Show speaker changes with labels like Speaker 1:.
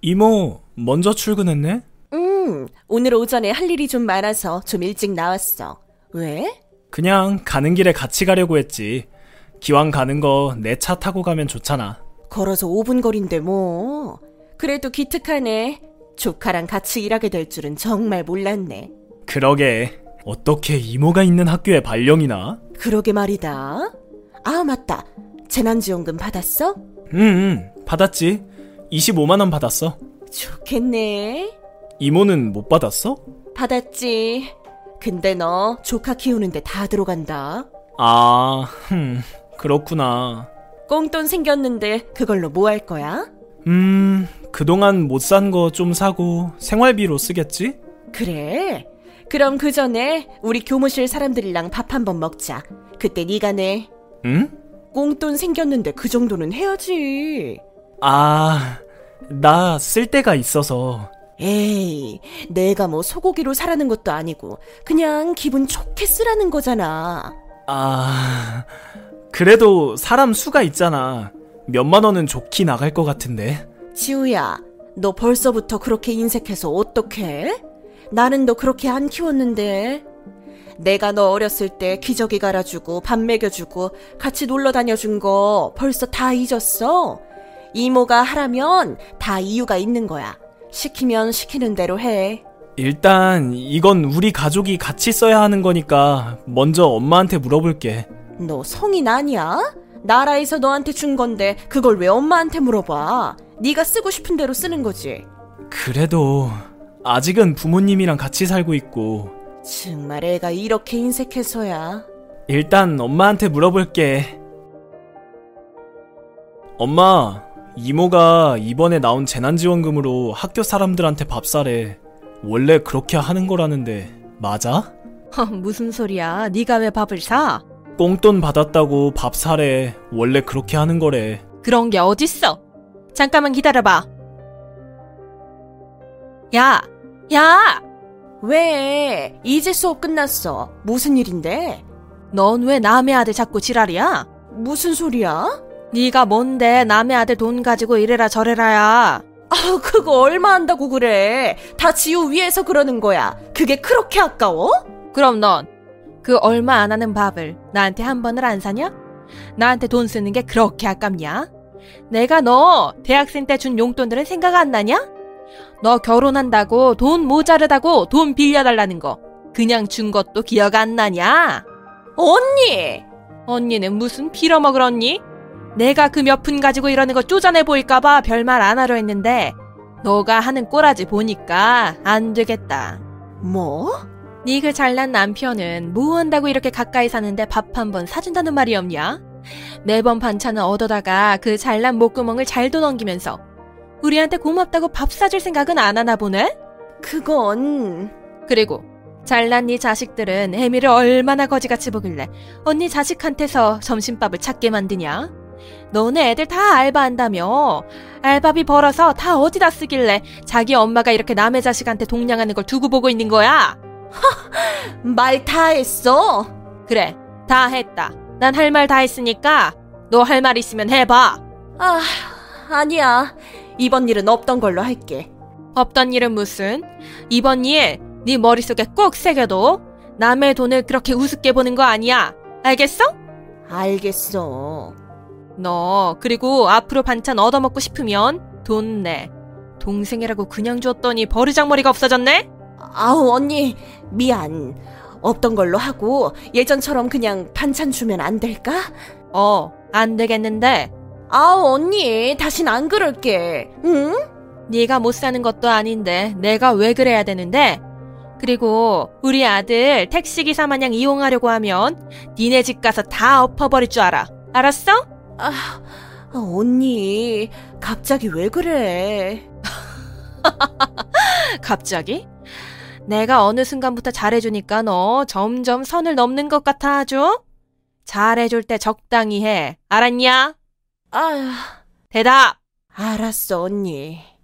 Speaker 1: 이모, 먼저 출근했네?
Speaker 2: 음, 오늘 오전에 할 일이 좀 많아서 좀 일찍 나왔어. 왜?
Speaker 1: 그냥 가는 길에 같이 가려고 했지. 기왕 가는 거 내 차 타고 가면 좋잖아.
Speaker 2: 걸어서 5분 거리인데 뭐. 그래도 기특하네. 조카랑 같이 일하게 될 줄은 정말 몰랐네.
Speaker 1: 그러게. 어떻게 이모가 있는 학교에 발령이나?
Speaker 2: 그러게 말이다. 아, 맞다. 재난지원금 받았어?
Speaker 1: 응, 응, 받았지. 25만원 받았어.
Speaker 2: 좋겠네.
Speaker 1: 이모는 못 받았어?
Speaker 2: 받았지. 근데 너 조카 키우는데 다 들어간다.
Speaker 1: 아, 흠, 그렇구나.
Speaker 2: 꽁돈 생겼는데 그걸로 뭐 할 거야?
Speaker 1: 음, 그동안 못 산 거 좀 사고 생활비로 쓰겠지?
Speaker 2: 그래. 그럼 그 전에 우리 교무실 사람들이랑 밥 한번 먹자. 그때 네가 내
Speaker 1: 응?
Speaker 2: 꽁돈 생겼는데 그 정도는 해야지.
Speaker 1: 아, 나 쓸 데가 있어서.
Speaker 2: 에이, 내가 뭐 소고기로 사라는 것도 아니고 그냥 기분 좋게 쓰라는 거잖아.
Speaker 1: 아, 그래도 사람 수가 있잖아. 몇만 원은 좋게 나갈 것 같은데.
Speaker 2: 지우야, 너 벌써부터 그렇게 인색해서 어떡해? 나는 너 그렇게 안 키웠는데. 내가 너 어렸을 때 기저귀 갈아주고 밥 먹여주고 같이 놀러 다녀준 거 벌써 다 잊었어. 이모가 하라면 다 이유가 있는 거야. 시키면 시키는 대로 해.
Speaker 1: 일단 이건 우리 가족이 같이 써야 하는 거니까 먼저 엄마한테 물어볼게.
Speaker 2: 너 성인 아니야? 나라에서 너한테 준 건데 그걸 왜 엄마한테 물어봐? 네가 쓰고 싶은 대로 쓰는 거지.
Speaker 1: 그래도 아직은 부모님이랑 같이 살고 있고
Speaker 2: 정말 애가 이렇게 인색해서야.
Speaker 1: 일단 엄마한테 물어볼게. 엄마, 이모가 이번에 나온 재난지원금으로 학교 사람들한테 밥 사래. 원래 그렇게 하는 거라는데 맞아?
Speaker 3: 허, 무슨 소리야? 네가 왜 밥을 사?
Speaker 1: 꽁돈 받았다고 밥 사래. 원래 그렇게 하는 거래.
Speaker 3: 그런 게 어딨어? 잠깐만 기다려봐. 야, 야,
Speaker 2: 왜? 이제 수업 끝났어. 무슨 일인데?
Speaker 3: 넌 왜 남의 아들 자꾸 지랄이야?
Speaker 2: 무슨 소리야? 아,
Speaker 3: 네가 뭔데 남의 아들 돈 가지고 이래라 저래라야.
Speaker 2: 아, 그거 얼마 한다고 그래. 다 지우 위해서 그러는 거야. 그게 그렇게 아까워?
Speaker 3: 그럼 넌 그 얼마 안 하는 밥을 나한테 한 번을 안 사냐? 나한테 돈 쓰는 게 그렇게 아깝냐? 내가 너 대학생 때 준 용돈들은 생각 안 나냐? 너 결혼한다고 돈 모자르다고 돈 빌려달라는 거 그냥 준 것도 기억 안 나냐?
Speaker 2: 언니!
Speaker 3: 언니는 무슨 빌어먹을 언니? 내가 그 몇 푼 가지고 이러는 거 쪼잔해 보일까봐 별말 안 하려 했는데 너가 하는 꼬라지 보니까 안 되겠다.
Speaker 2: 뭐?
Speaker 3: 니 그 잘난 남편은 뭐 한다고 이렇게 가까이 사는데 밥 한 번 사준다는 말이 없냐? 매번 반찬을 얻어다가 그 잘난 목구멍을 잘도 넘기면서 우리한테 고맙다고 밥 사줄 생각은 안 하나 보네?
Speaker 2: 그건,
Speaker 3: 그리고 잘난 네 자식들은 애미를 얼마나 거지같이 보길래 언니 자식한테서 점심밥을 찾게 만드냐? 너네 애들 다 알바한다며 알바비 벌어서 다 어디다 쓰길래 자기 엄마가 이렇게 남의 자식한테 동냥하는 걸 두고 보고 있는 거야?
Speaker 2: 말 다 했어.
Speaker 3: 그래, 다 했다. 난 할 말 다 했으니까 너 할 말 있으면 해봐.
Speaker 2: 아, 아니야. 이번 일은 없던 걸로 할게.
Speaker 3: 없던 일은 무슨? 이번 일, 네 머릿속에 꼭 새겨둬. 남의 돈을 그렇게 우습게 보는 거 아니야. 알겠어?
Speaker 2: 알겠어.
Speaker 3: 너, 그리고 앞으로 반찬 얻어먹고 싶으면 돈 내. 동생이라고 그냥 줬더니 버르장머리가 없어졌네?
Speaker 2: 아우, 언니, 미안. 없던 걸로 하고, 예전처럼 그냥 반찬 주면 안 될까?
Speaker 3: 어, 안 되겠는데.
Speaker 2: 아우, 언니, 다신 안 그럴게. 응?
Speaker 3: 네가 못 사는 것도 아닌데 내가 왜 그래야 되는데? 그리고 우리 아들 택시기사 마냥 이용하려고 하면 니네 집 가서 다 엎어버릴 줄 알아. 알았어?
Speaker 2: 아, 언니, 갑자기 왜 그래?
Speaker 3: 갑자기? 내가 어느 순간부터 잘해주니까 너 점점 선을 넘는 것 같아 아주? 잘해줄 때 적당히 해. 알았냐?
Speaker 2: 아,
Speaker 3: 대답!
Speaker 2: 알았어, 언니.